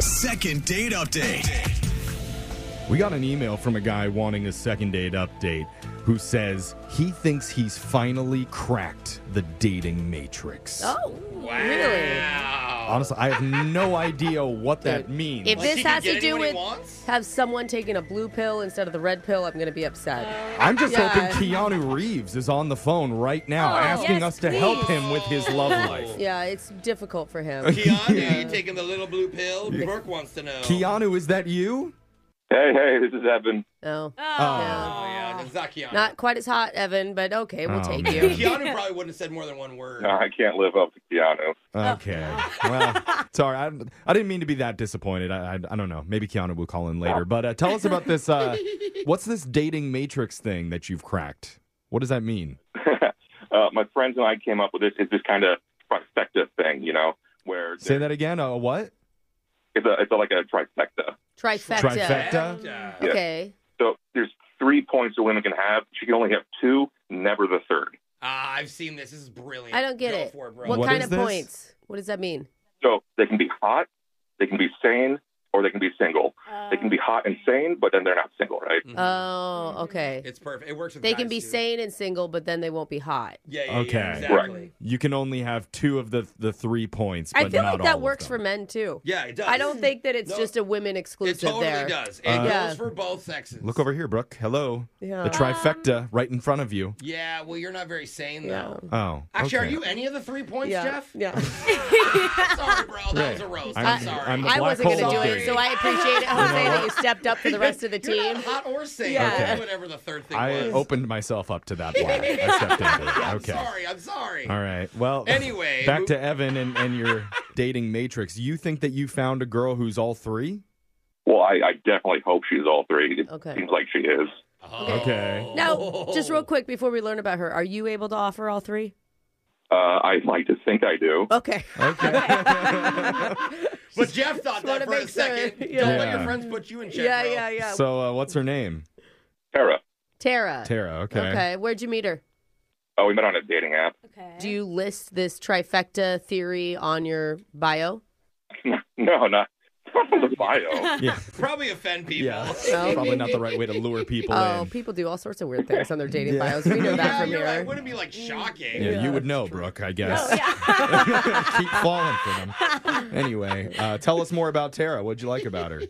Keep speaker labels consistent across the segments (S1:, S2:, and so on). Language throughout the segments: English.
S1: Second date update.
S2: We got an email from a guy wanting a second date update who says he thinks he's finally cracked the dating matrix.
S3: Oh, really?
S2: Honestly, I have no idea what that means.
S3: If
S4: he
S3: this
S4: can
S3: has to
S4: get
S3: do
S4: anyone he
S3: with
S4: wants?
S3: have someone taking a blue pill instead of the red pill, I'm going to be upset.
S2: I'm just
S3: Yeah.
S2: hoping Keanu Reeves is on the phone right now
S5: Oh,
S2: asking
S5: yes,
S2: us to help
S5: please.
S2: him with his love life.
S3: Yeah, it's difficult for him.
S4: Keanu, you taking the little blue pill? Burke wants to know.
S2: Keanu, is that you?
S6: Hey, hey, this is Evan.
S3: No,
S4: Oh, yeah, it's not Keanu.
S3: not quite as hot, Evan, but okay, we'll
S2: Oh,
S3: take
S2: man.
S3: you.
S4: Keanu probably wouldn't have said more than one word.
S6: No, Uh, I can't live up to Keanu.
S2: Okay. Well, sorry. I, I didn't mean to be that disappointed. I, I, I don't know. Maybe Keanu will call in later. But uh, tell us about this. Uh, what's this dating matrix thing that you've cracked? What does that mean?
S6: uh, my friends and I came up with this. It's this kind of trifecta thing, you know, where
S2: Say that again. A what?
S6: it's a it's a, like a trifecta.
S3: Trifecta.
S2: Trifecta?
S4: Yeah.
S3: Okay.
S6: So there's three points a woman can have. She can only have two, never the third.
S4: Ah, I've seen this. This is brilliant.
S3: I don't get
S4: Go
S3: it.
S4: For it bro.
S3: What,
S2: What
S3: kind
S2: is
S3: of
S2: this?
S3: points? What does that mean?
S6: So they can be hot, they can be sane, or they can be single. they can be hot and sane, but then they're not single, right?
S4: Mhm.
S3: Oh, okay.
S4: it's perfect. It works with
S3: They
S4: guys,
S3: can be
S4: too.
S3: sane and single, but then they won't be hot.
S4: Yeah, yeah, yeah,
S2: Okay. Right.
S4: exactly.
S2: You can only have two of the the three points. But
S3: I feel
S2: not
S3: like
S2: all
S3: that
S2: of
S3: works for
S2: them.
S3: men too.
S4: Yeah, it does.
S3: I don't think that it's
S4: No.
S3: just a women exclusive
S4: it totally
S3: there.
S4: does. It
S2: Uh,
S4: goes
S3: Yeah.
S4: for both sexes.
S2: Look over here, Brooke. Hello.
S3: Yeah.
S2: The trifecta right in front of you.
S4: Yeah, well, you're not very sane
S3: Yeah.
S4: though.
S2: Oh.
S4: Actually, are
S2: okay.
S4: you any of the three points,
S3: Yeah.
S4: Jeff?
S3: Yeah.
S4: Sorry, bro. That was a roast. I'm,
S2: I'm-
S4: sorry.
S2: I'm-
S4: You're
S3: I
S2: Black
S3: wasn't going to
S2: hole
S3: do
S2: theory.
S3: it, so I appreciate it, Jose, that you stepped up for the rest of the
S4: not
S3: team.
S4: hot or sane.
S3: Yeah.
S4: Yeah. Whatever the third thing
S2: I
S4: was.
S2: opened myself up to that one. I stepped into it.
S4: I'm
S2: Okay.
S4: sorry. I'm sorry.
S2: All right. Well,
S4: Anyway,
S2: back
S4: who-
S2: to Evan and, and your dating matrix. You think that you found a girl who's all three?
S6: Well, I, I definitely hope she's all three. It
S3: Okay.
S6: seems like she is.
S4: Oh.
S2: Okay.
S3: Now, just real quick before we learn about her, are you able to offer all three?
S6: Uh, I like to think I do.
S3: Okay.
S4: But Jeff thought
S3: wanna
S4: that for a
S3: make sure.
S4: second.
S3: Yeah.
S4: Don't let
S2: Yeah.
S4: your friends put you in check.
S3: yeah,
S4: bro.
S3: yeah, yeah.
S2: So, uh, what's her name?
S6: Tara.
S3: Tara.
S2: Tara. Okay.
S3: Okay. Where'd you meet her?
S6: Oh, we met on a dating app.
S5: Okay.
S3: Do you list this trifecta theory on your bio?
S6: No, not from the bio.
S2: Yeah.
S4: Probably offend people.
S2: Yeah.
S3: No?
S2: Probably not the right way to lure people
S3: Oh,
S2: in.
S3: people do all sorts of weird things on their dating
S2: Yeah.
S3: bios. We know that
S4: Yeah,
S3: from Mm.
S4: you're
S3: here.
S4: right. It wouldn't be like shocking.
S2: Yeah, you would know, Brooke, I guess.
S5: Oh, yeah.
S2: Keep falling for them. Anyway, uh, tell us more about Tara. What'd you like about her?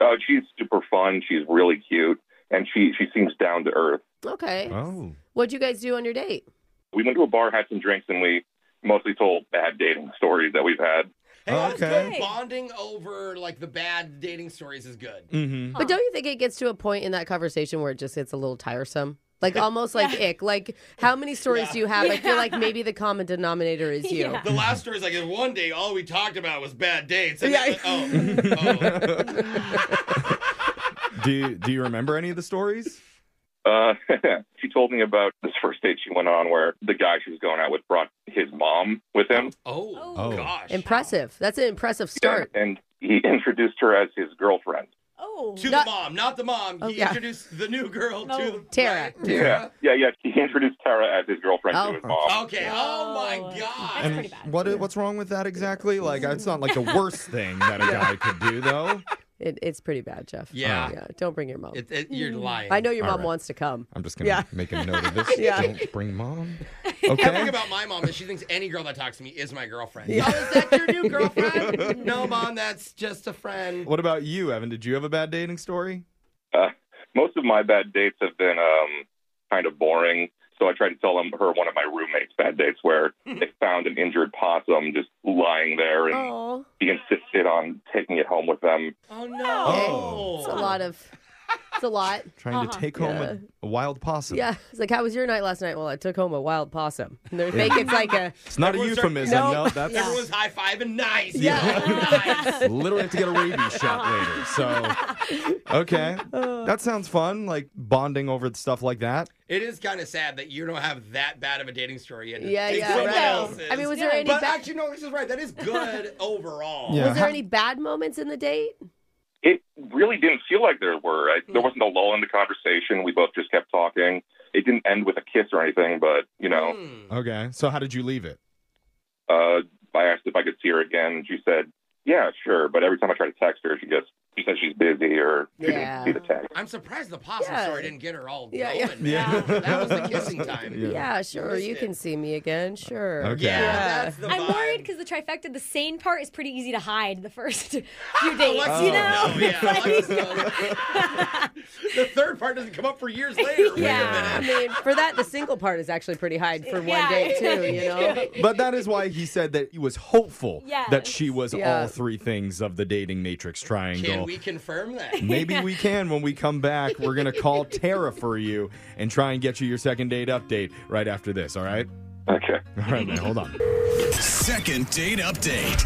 S6: Oh, she's super fun. She's really cute, and she she seems down to earth.
S3: Okay.
S2: Oh.
S3: What'd you guys do on your date?
S6: We went to a bar, had some drinks, and we mostly told bad dating stories that we've had.
S4: Hey, that's
S2: Oh, Okay.
S4: good. Bonding over like the bad dating stories is good.
S2: Mm-hmm.
S3: But don't you think it gets to a point in that conversation where it just gets a little tiresome? Like almost like ick. Like how many stories do you have? I feel like maybe the common denominator is you.
S4: The last story is like one day all we talked about was bad dates. And
S3: Yeah.
S4: then- oh, oh.
S2: Do you, Do you remember any of the stories?
S6: Uh, she told me about this first date she went on where the guy she was going out with brought his mom with him,
S4: Oh,
S2: Oh.
S4: gosh.
S3: Impressive. That's an impressive start.
S6: and he introduced her as his girlfriend.
S5: Oh.
S4: to
S3: Not-
S4: the mom, not the mom.
S3: Oh,
S4: he
S3: yeah.
S4: introduced the new girl
S5: No.
S4: to
S3: Tara.
S4: Right? Tara.
S6: Yeah, yeah. He introduced Tara as his girlfriend
S3: Oh.
S6: to his mom.
S4: Okay. Oh my god.
S5: That's pretty bad.
S2: What What's wrong with that exactly? Like, it's not like the worst thing that a guy could do, though.
S3: It, it's pretty bad, Jeff. Oh,
S4: Yeah.
S3: Yeah. Don't bring your mom.
S4: It, it, you're lying.
S3: Hmm. I know your
S2: All
S3: mom
S2: right.
S3: wants to come.
S2: I'm just gonna
S3: Yeah.
S2: make a note of this.
S3: Yeah.
S2: Don't bring mom.
S4: The thing
S2: Okay.
S4: about my mom is she thinks any girl that talks to me is my girlfriend. Oh, is that your new girlfriend? no, mom, that's just a friend.
S2: What about you, Evan? Did you have a bad dating story?
S6: Uh, most of my bad dates have been um, kind of boring. So I tried to tell them her one of my roommates' bad dates where they found an injured possum just lying there, and
S3: Hmm. Oh,
S6: he insisted on taking it home with them.
S4: Oh no.
S2: Oh.
S3: it's a lot of. It's a lot.
S2: Trying
S5: Uh-huh.
S2: to take home
S3: Yeah.
S2: a, a wild possum.
S3: Yeah. It's like, how was your night last night? Well, I took home a wild possum. And they think it's like a.
S2: It's not
S4: Everyone
S2: a
S4: start-
S2: euphemism.
S3: No.
S2: No, that's
S4: Everyone's high five and nice.
S2: Yeah.
S4: Yeah. nice.
S2: literally have to get a rabies shot later.
S5: Uh-huh.
S2: So, okay,
S3: Uh.
S2: that sounds fun. Like bonding over stuff like that.
S4: It is kind of sad that you don't have that bad of a dating story. And
S3: Yeah,
S4: it's
S3: yeah.
S4: someone
S3: right.
S4: else's.
S3: I mean, was there
S5: Yeah.
S3: any
S4: but
S3: bad?
S4: actually, no, this is right. That is good overall.
S2: Yeah.
S3: Was there any bad moments in the date?
S6: It really didn't feel like there were. I,
S3: Hmm.
S6: there wasn't a lull in the conversation. We both just kept talking. It didn't end with a kiss or anything, but you know,
S4: Hmm.
S2: Okay, so how did you leave it?
S6: uh, I asked if I could see her again. and She said yeah, sure. But every time I try to text her, she just she says she's busy or she
S3: Yeah.
S6: didn't see the text.
S4: I'm surprised the possum
S3: Yeah.
S4: story didn't get her all
S3: Yeah, yeah.
S4: going.
S2: Yeah.
S4: man. That was the kissing time.
S2: Yeah.
S4: Yeah,
S3: Yeah, sure.
S4: Missed
S3: You
S4: it.
S3: can see me again. Sure.
S2: Okay.
S3: Yeah.
S4: that's the
S5: I'm
S4: vibe.
S5: worried because the trifecta, the sane part is pretty easy to hide the first few days.
S4: Oh, Let's go. No,
S5: you know?
S4: yeah, let's go. the third part doesn't come up for years later. Wait a
S5: Yeah.
S3: I
S4: minute.
S3: mean, for that, the single part is actually pretty high for one
S5: Yeah.
S3: day too. You know.
S2: But that is why he said that he was hopeful
S5: Yes.
S2: that she was
S3: Yeah.
S2: all three things of the dating matrix triangle.
S4: Can we confirm that?
S2: Maybe we can when we come back. We're going to call Tara for you and try and get you your second date update right after this, all right?
S6: Okay.
S2: All right, man, hold on.
S1: Second date update.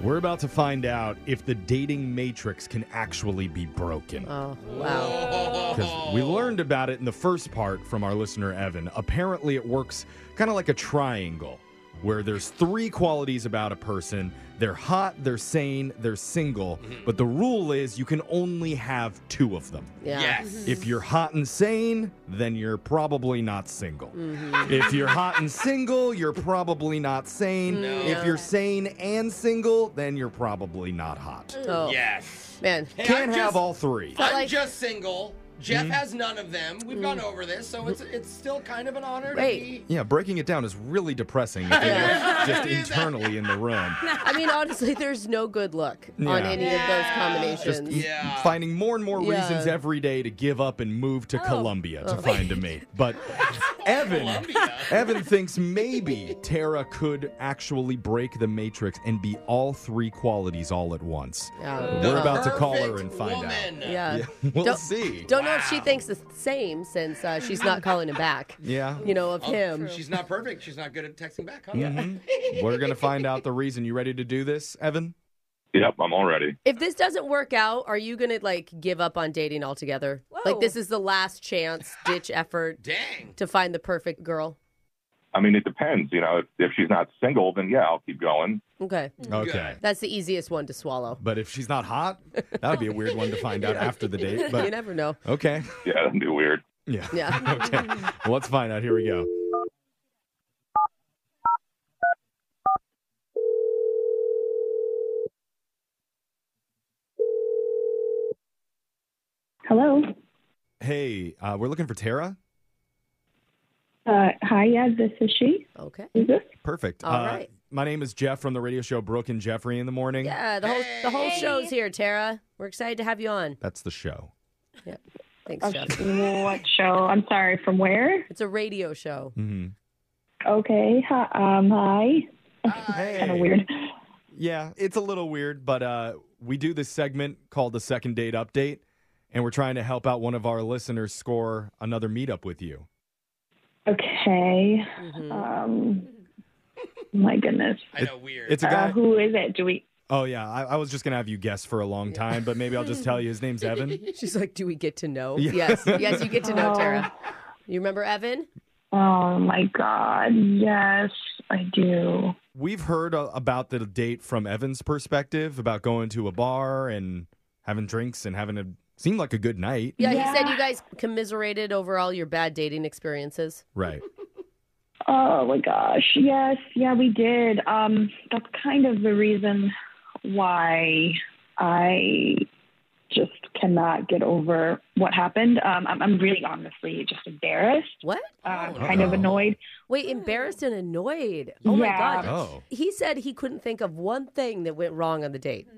S2: We're about to find out if the dating matrix can actually be broken.
S3: Oh wow.
S2: Because
S4: Oh.
S2: we learned about it in the first part from our listener, Evan. Apparently, it works kind of like a triangle where there's three qualities about a person they're hot, they're sane, they're single.
S4: Mm-hmm.
S2: But the rule is you can only have two of them.
S3: Yeah.
S4: Yes.
S2: If you're hot and sane, then you're probably not single.
S4: Mm-hmm.
S2: If you're hot and single, you're probably not sane.
S4: No.
S2: If you're sane and single, then you're probably not hot.
S3: Oh
S4: Yes.
S3: man.
S4: Hey,
S2: Can't
S4: I'm
S2: have
S4: just-
S2: all Hmm? three.
S4: I'm
S3: like- Hmm.
S4: just single. Jeff has none of them. We've gone over this, so it's it's still kind of an honor
S3: Wait.
S4: to be.
S2: Yeah, breaking it down is really depressing if you're just internally in the room.
S3: I mean, honestly, there's no good look
S2: Yeah.
S3: on any of those
S4: Yeah.
S3: combinations.
S4: Yeah.
S2: Finding more and more
S3: Yeah.
S2: reasons every day to give up and move to Colombia to find a mate. But Evan
S4: Columbia.
S2: Evan thinks maybe Tara could actually break the matrix and be all three qualities all at once.
S3: Yeah.
S2: We're about to call her
S4: perfect
S2: and find
S4: woman.
S2: out.
S3: Yeah.
S2: Yeah, we'll
S3: Don't-
S2: see.
S3: Don't know if she thinks the same since uh, she's not calling him back.
S2: Yeah.
S3: You know, of
S5: Oh,
S3: him.
S4: She's not perfect. She's not good at texting back, huh?
S2: We're going to find out the reason. You ready to do this, Evan?
S6: Yep, I'm all ready.
S3: If this doesn't work out, are you gonna like give up on dating altogether? Like
S5: Whoa.
S3: this is the last chance, ditch effort
S4: Dang.
S3: to find the perfect girl.
S6: I mean, it depends. You know, if, if she's not single, then yeah, I'll keep going.
S3: Okay.
S5: Mm.
S2: Okay.
S3: That's the easiest one to swallow.
S2: But if she's not hot, that would be a weird one to find out after the date.
S3: you
S2: But
S3: never know.
S2: okay.
S6: Yeah, that'd be weird.
S2: Yeah.
S3: Yeah.
S2: Okay. Well, let's find out. Here we go.
S7: Hello.
S2: Hey, uh, we're looking for Tara.
S7: Uh, hi, yeah, this is she.
S3: Okay.
S7: Is this?
S2: Perfect.
S3: All
S2: uh,
S3: right.
S2: My name is Jeff from the radio show Brooke and Jeffrey in the morning.
S3: Yeah, the whole the whole
S5: Hey.
S3: show's here, Tara. We're excited to have you on.
S2: That's the show. Oh,
S3: Thanks, Jeff.
S7: What show? I'm sorry, from where?
S3: It's a radio show.
S2: hmm
S7: Okay. Hi, um, hi.
S3: Uh,
S7: Kind of
S2: Hey.
S7: weird.
S2: Yeah, it's a little weird, but uh, we do this segment called the Second Date Update, and we're trying to help out one of our listeners score another meetup with you.
S7: Okay.
S2: Mm.
S3: Mhm.
S7: Um, my goodness.
S4: I know, weird.
S2: It's a
S7: Uh,
S2: guy.
S7: who is it? Do we?
S2: Oh yeah, I, I was just gonna have you guess for a long time, but maybe I'll just tell you. His name's Evan.
S3: She's like, "Do we get to know?"
S2: Yeah.
S3: Yes, yes, you get to know
S7: Oh.
S3: Tara. You remember Evan?
S7: Oh my God. Yes, I do.
S2: We've heard uh, about the date from Evan's perspective about going to a bar and having drinks and having a seemed like a good night.
S3: Yeah, he said
S7: Yeah.
S3: you guys commiserated over all your bad dating experiences.
S2: Right.
S7: Oh my gosh. Yes. Yeah, we did. Um, that's kind of the reason why I just cannot get over what happened. Um, I'm, I'm really honestly just embarrassed.
S3: What?
S7: uh,
S4: Oh,
S7: kind of
S2: no.
S7: annoyed.
S3: Wait, embarrassed and annoyed. Oh my
S7: Yeah.
S3: god.
S2: Oh.
S3: He said he couldn't think of one thing that went wrong on the date.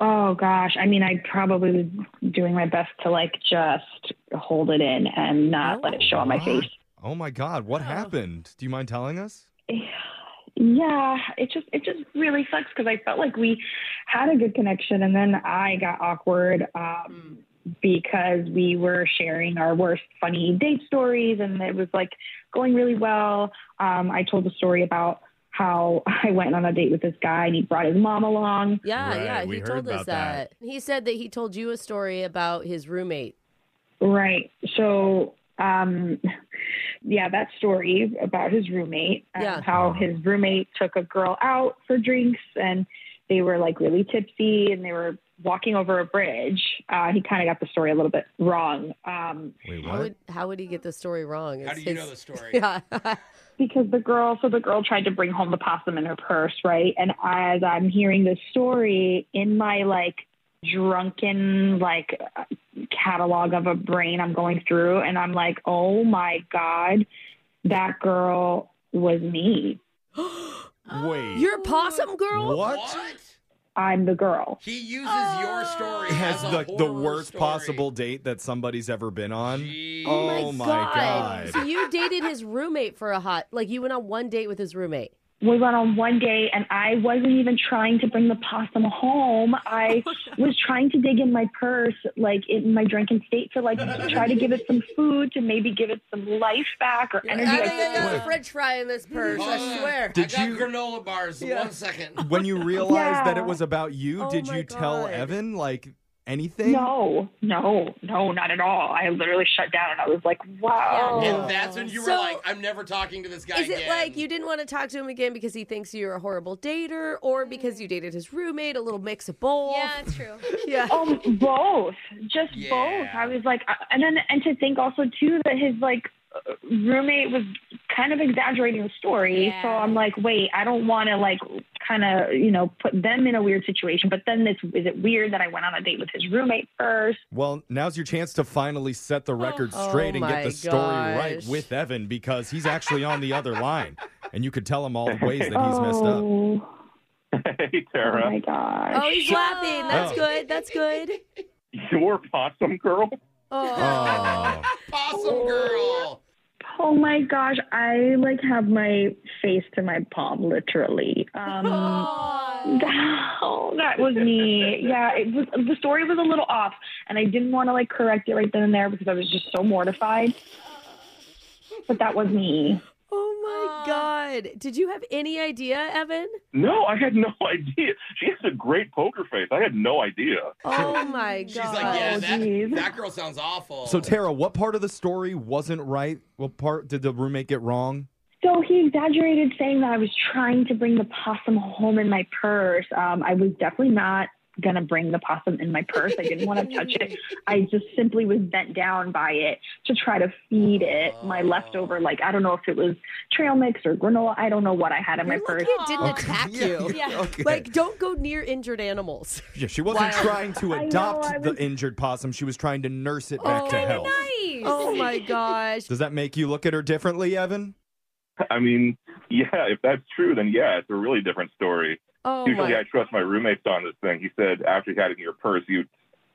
S7: Oh gosh, I mean, I probably was doing my best to like just hold it in and not let it show on my face.
S2: Oh my God, what happened? Do you mind telling us?
S7: Yeah, it just it just really sucks because I felt like we had a good connection, and then I got awkward um, because we were sharing our worst funny date stories, and it was like going really well. Um, I told a story about how I went on a date with this guy, and he brought his mom along.
S3: Yeah,
S2: Right,
S3: yeah, he
S2: we heard
S3: told us
S2: about that.
S3: He said that he told you a story about his roommate.
S7: Right. So, um, yeah, that story about his roommate, and
S3: Yeah.
S7: how his roommate took a girl out for drinks and they were like really tipsy and they were walking over a bridge. Uh, he kind of got the story a little bit wrong um,
S2: Wait,
S3: How would how would he get the story wrong?
S4: How
S3: It's
S4: do you know
S3: his-
S4: the story?
S3: Yeah.
S7: because the girl, so the girl tried to bring home the possum in her purse, right? And as I'm hearing this story in my like drunken like catalog of a brain I'm going through, and I'm like, oh my god, that girl was me.
S4: Oh,
S2: Wait.
S3: You're a possum girl?
S2: What?
S7: I'm the girl.
S4: He uses your story
S2: It has
S4: as a
S2: like the,
S4: horror
S2: worst
S4: story.
S2: possible date that somebody's ever been on.
S4: Jeez.
S2: Oh, my god.
S3: So you dated his roommate for a hot like you went on one date with his roommate.
S7: we went on one day and I wasn't even trying to bring the possum home. I was trying to dig in my purse, like in my drunken state, to like try to give it some food, to maybe give it some life back or energy. I couldn't-
S3: got a French fry in this purse,
S4: Oh,
S2: Did
S4: I got
S2: you-
S4: granola bars? One second.
S2: when you realized that it
S7: Yeah.
S2: was about you,
S3: Oh
S2: did
S3: my
S2: you tell
S3: God.
S2: Evan like anything?
S7: No, no, no, not at all. I literally shut down and I was like, wow.
S2: Oh.
S4: And that's when you were
S3: So-
S4: like, I'm never talking to this guy
S3: Is it
S4: again.
S3: like you didn't want to talk to him again because he thinks you're a horrible dater or because you dated his roommate, a little mix of both?
S5: Yeah, it's true.
S3: Yeah.
S7: Um, both, just
S4: Yeah.
S7: both. I was like, I- and then and to think also too that his like uh, roommate was kind of exaggerating the story.
S5: Yeah.
S7: So I'm like, wait, I don't want to like kind of you know put them in a weird situation. But then it's is it weird that I went on a date with his roommate first?
S2: Well, now's your chance to finally set the record straight
S3: Oh
S2: and get
S3: my
S2: the story right
S3: gosh.
S2: with Evan because he's actually on the other line. And you could tell him all the ways that he's messed up.
S7: oh,
S6: hey,
S7: oh my
S6: Tara,
S7: gosh.
S3: Oh, he's laughing. That's
S2: Oh.
S3: good. That's good.
S6: you're possum girl.
S2: Oh.
S4: Possum girl.
S7: Oh my gosh, I like have my face to my palm, literally. Um, oh, that was me. Yeah, it was. The story was a little off, and I didn't want to like correct it right then and there because I was just so mortified. But that was me.
S3: Oh my God. Did you have any idea, Evan?
S6: No, I had no idea. She has a great poker face. I had no idea.
S3: Oh my God.
S4: She's like, yeah,
S7: Oh,
S4: that,
S7: geez.
S4: that girl sounds awful.
S2: So Tara, what part of the story wasn't right? What part did the roommate get wrong?
S7: So he exaggerated saying that I was trying to bring the possum home in my purse. Um, I was definitely not going to bring the possum in my purse. I didn't want to touch it. I just simply was bent down by it to try to feed it my leftover, like, I don't know if it was trail mix or granola. I don't know what I had in my
S3: You're
S7: purse.
S3: lucky it didn't
S5: Okay.
S3: attack you.
S5: Yeah.
S2: Okay.
S3: Like, don't go near injured animals.
S2: yeah, she wasn't trying to
S7: I know,
S2: adopt
S7: I
S2: the
S7: was-
S2: injured possum. She was trying to nurse it back to health.
S5: Nice.
S3: Oh my gosh.
S2: Does that make you look at her differently, Evan?
S6: I mean, yeah, if that's true, then yeah, it's a really different story.
S3: Oh
S6: Usually,
S3: my.
S6: I trust my roommates on this thing. He said after you had it in your purse, you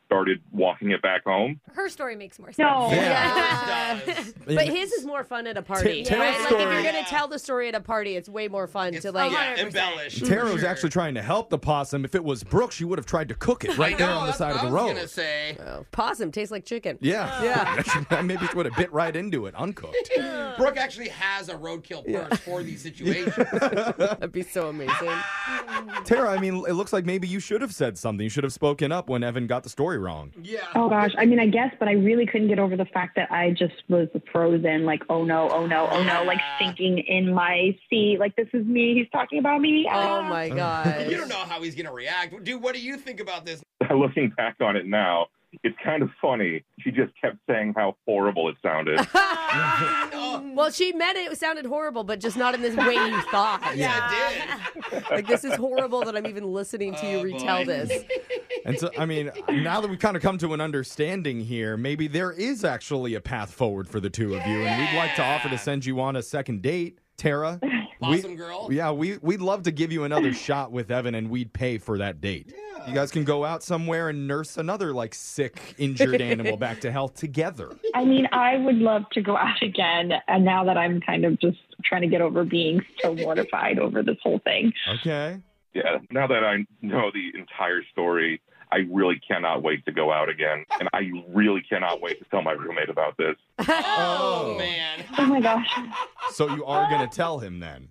S6: started walking it back home.
S5: Her story makes more sense.
S7: No.
S3: Yeah.
S4: Does.
S3: But his is more fun at a party.
S2: Tara's
S3: right? Like, if
S2: story-
S3: you're going to tell the story at a party, it's way more fun
S4: It's
S3: to, like,
S4: Oh, yeah, embellished.
S2: Tara was
S4: Sure.
S2: actually trying to help the possum. If it was Brooke, she would have tried to cook it
S4: I
S2: right there
S4: know,
S2: on the
S4: that's
S2: side
S4: what
S2: of the
S4: I was
S2: road.
S4: gonna say.
S3: oh, possum tastes like chicken.
S2: Yeah. Yeah. Maybe it would have bit right into it, uncooked.
S4: Brooke actually has a roadkill purse for these situations.
S3: That'd be so amazing.
S2: Tara, I mean, it looks like maybe you should have said something. You should have spoken up when Evan got the story wrong.
S4: yeah.
S7: Oh gosh, I mean, I guess, but I really couldn't get over the fact that I just was frozen, like, oh no, oh no, oh no, like sinking in my seat, like, this is me, he's talking about me.
S3: Oh
S7: Ah.
S3: my gosh.
S4: You don't know how he's gonna react, dude. What do you think about this?
S6: Looking back on it now, it's kind of funny. She just kept saying how horrible it sounded.
S4: Oh,
S3: Well, she meant it. It sounded horrible, but just not in this way you thought.
S4: yeah, it did.
S3: Like, this is horrible that I'm even listening to you
S4: Oh,
S3: retell
S4: boy.
S3: this.
S2: And so, I mean, now that we've kind of come to an understanding here, maybe there is actually a path forward for the two of you. And we'd like to offer to send you on a second date, Tara.
S4: Possum girl.
S2: Yeah, we, we'd love to give you another shot with Evan, and we'd pay for that date. You guys can go out somewhere and nurse another, like, sick, injured animal back to health together.
S7: I mean, I would love to go out again. And now that I'm kind of just trying to get over being so mortified over this whole thing.
S2: Okay.
S6: yeah, now that I know the entire story, I really cannot wait to go out again. And I really cannot wait to tell my roommate about this.
S4: Oh, man.
S7: Oh my gosh.
S2: So you are going to tell him then.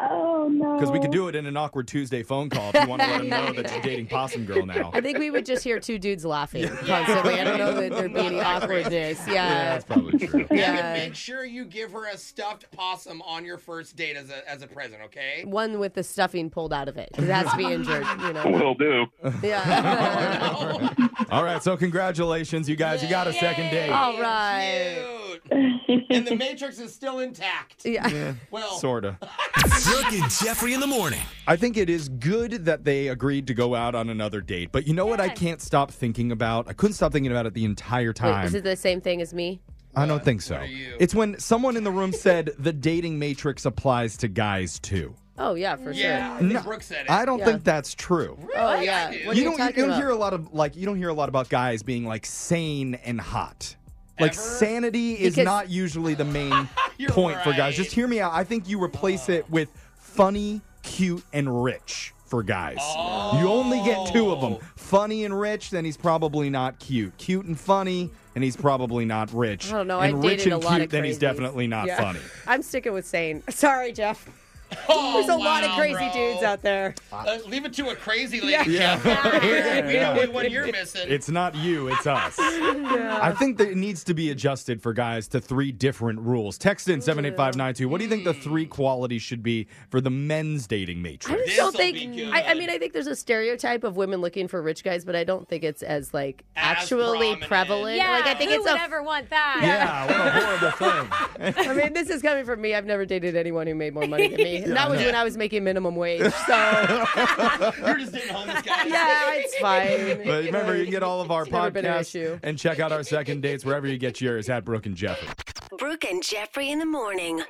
S7: oh no.
S2: Because we could do it in an awkward Tuesday phone call if you want to let them know that you're dating Possum Girl now.
S3: I think we would just hear two dudes laughing constantly. I don't know that there'd be any awkwardness. Yeah.
S2: That's probably true.
S3: Yeah.
S4: Make sure you give her a stuffed possum on your first date as a as a present, okay?
S3: One with the stuffing pulled out of it. It has to be injured, you know.
S6: Will do.
S3: Yeah.
S2: All right, so congratulations, you guys. You got a second date.
S3: All right.
S4: Cute. Oh, and the Matrix is still intact.
S3: Yeah.
S4: Well,
S2: Sorta.
S1: Brooke and Jeffrey in the morning.
S2: I think it is good that they agreed to go out on another date, but you know what? I can't stop thinking about. I couldn't stop thinking about it the entire time.
S3: Wait, is it the same thing as me?
S2: I don't think so.
S4: are you?
S2: It's when someone in the room said the dating matrix applies to guys too.
S3: Oh yeah, for
S4: yeah, I
S3: sure.
S4: think
S2: No,
S4: Brooke said it.
S2: I don't
S3: Yeah.
S2: think that's true.
S3: Oh yeah. What are
S2: you
S3: you,
S2: don't you,
S3: talking
S2: don't
S3: about?
S2: hear a lot of like you don't hear a lot about guys being like sane and hot. Like
S4: Ever?
S2: sanity is
S3: Because-
S2: not usually the main
S4: You're
S2: point for guys.
S4: right.
S2: Just hear me out. I think you replace it with funny, cute, and rich for guys. You only get two of them.
S3: Oh.
S2: Funny and rich, then he's probably not cute. Cute and funny, and he's probably not rich.
S3: I don't know.
S2: And
S3: I've
S2: rich and
S3: dated a lot
S2: cute,
S3: of
S2: then he's
S3: crazies.
S2: definitely not
S8: Yeah.
S2: funny.
S8: I'm sticking with sane. Sorry, Jeff.
S4: Oh,
S8: There's a lot of
S4: wow,
S8: crazy
S4: bro.
S8: dudes out there.
S4: Uh, leave it to a crazy lady.
S2: Yeah.
S4: Jeff. we know what one you're missing.
S2: It's not you, it's us. I think that it needs to be adjusted for guys to three different rules. Text in 78592. What do you think the three qualities should be for the men's dating
S3: I
S2: matrix?
S3: just don't
S4: This'll be
S3: think.
S4: good.
S3: I, I mean, I think there's a stereotype of women looking for rich guys, but I don't think it's as like
S4: As
S3: actually
S4: prominent.
S3: prevalent.
S5: Yeah,
S3: like I think
S5: who
S3: it's
S5: would
S3: a.
S5: ever want that?
S2: Yeah, what a horrible thing.
S3: I mean, this is coming from me. I've never dated anyone who made more money than me. And that was when I was making minimum wage. So
S4: You're just dating homeless guys.
S3: yeah, it's fine.
S2: But remember, you can get all of our
S3: never been an
S2: podcasts
S3: issue.
S2: and check out our second dates wherever you get yours at Brooke and Jeffrey.
S9: Brooke and Jeffrey in the morning.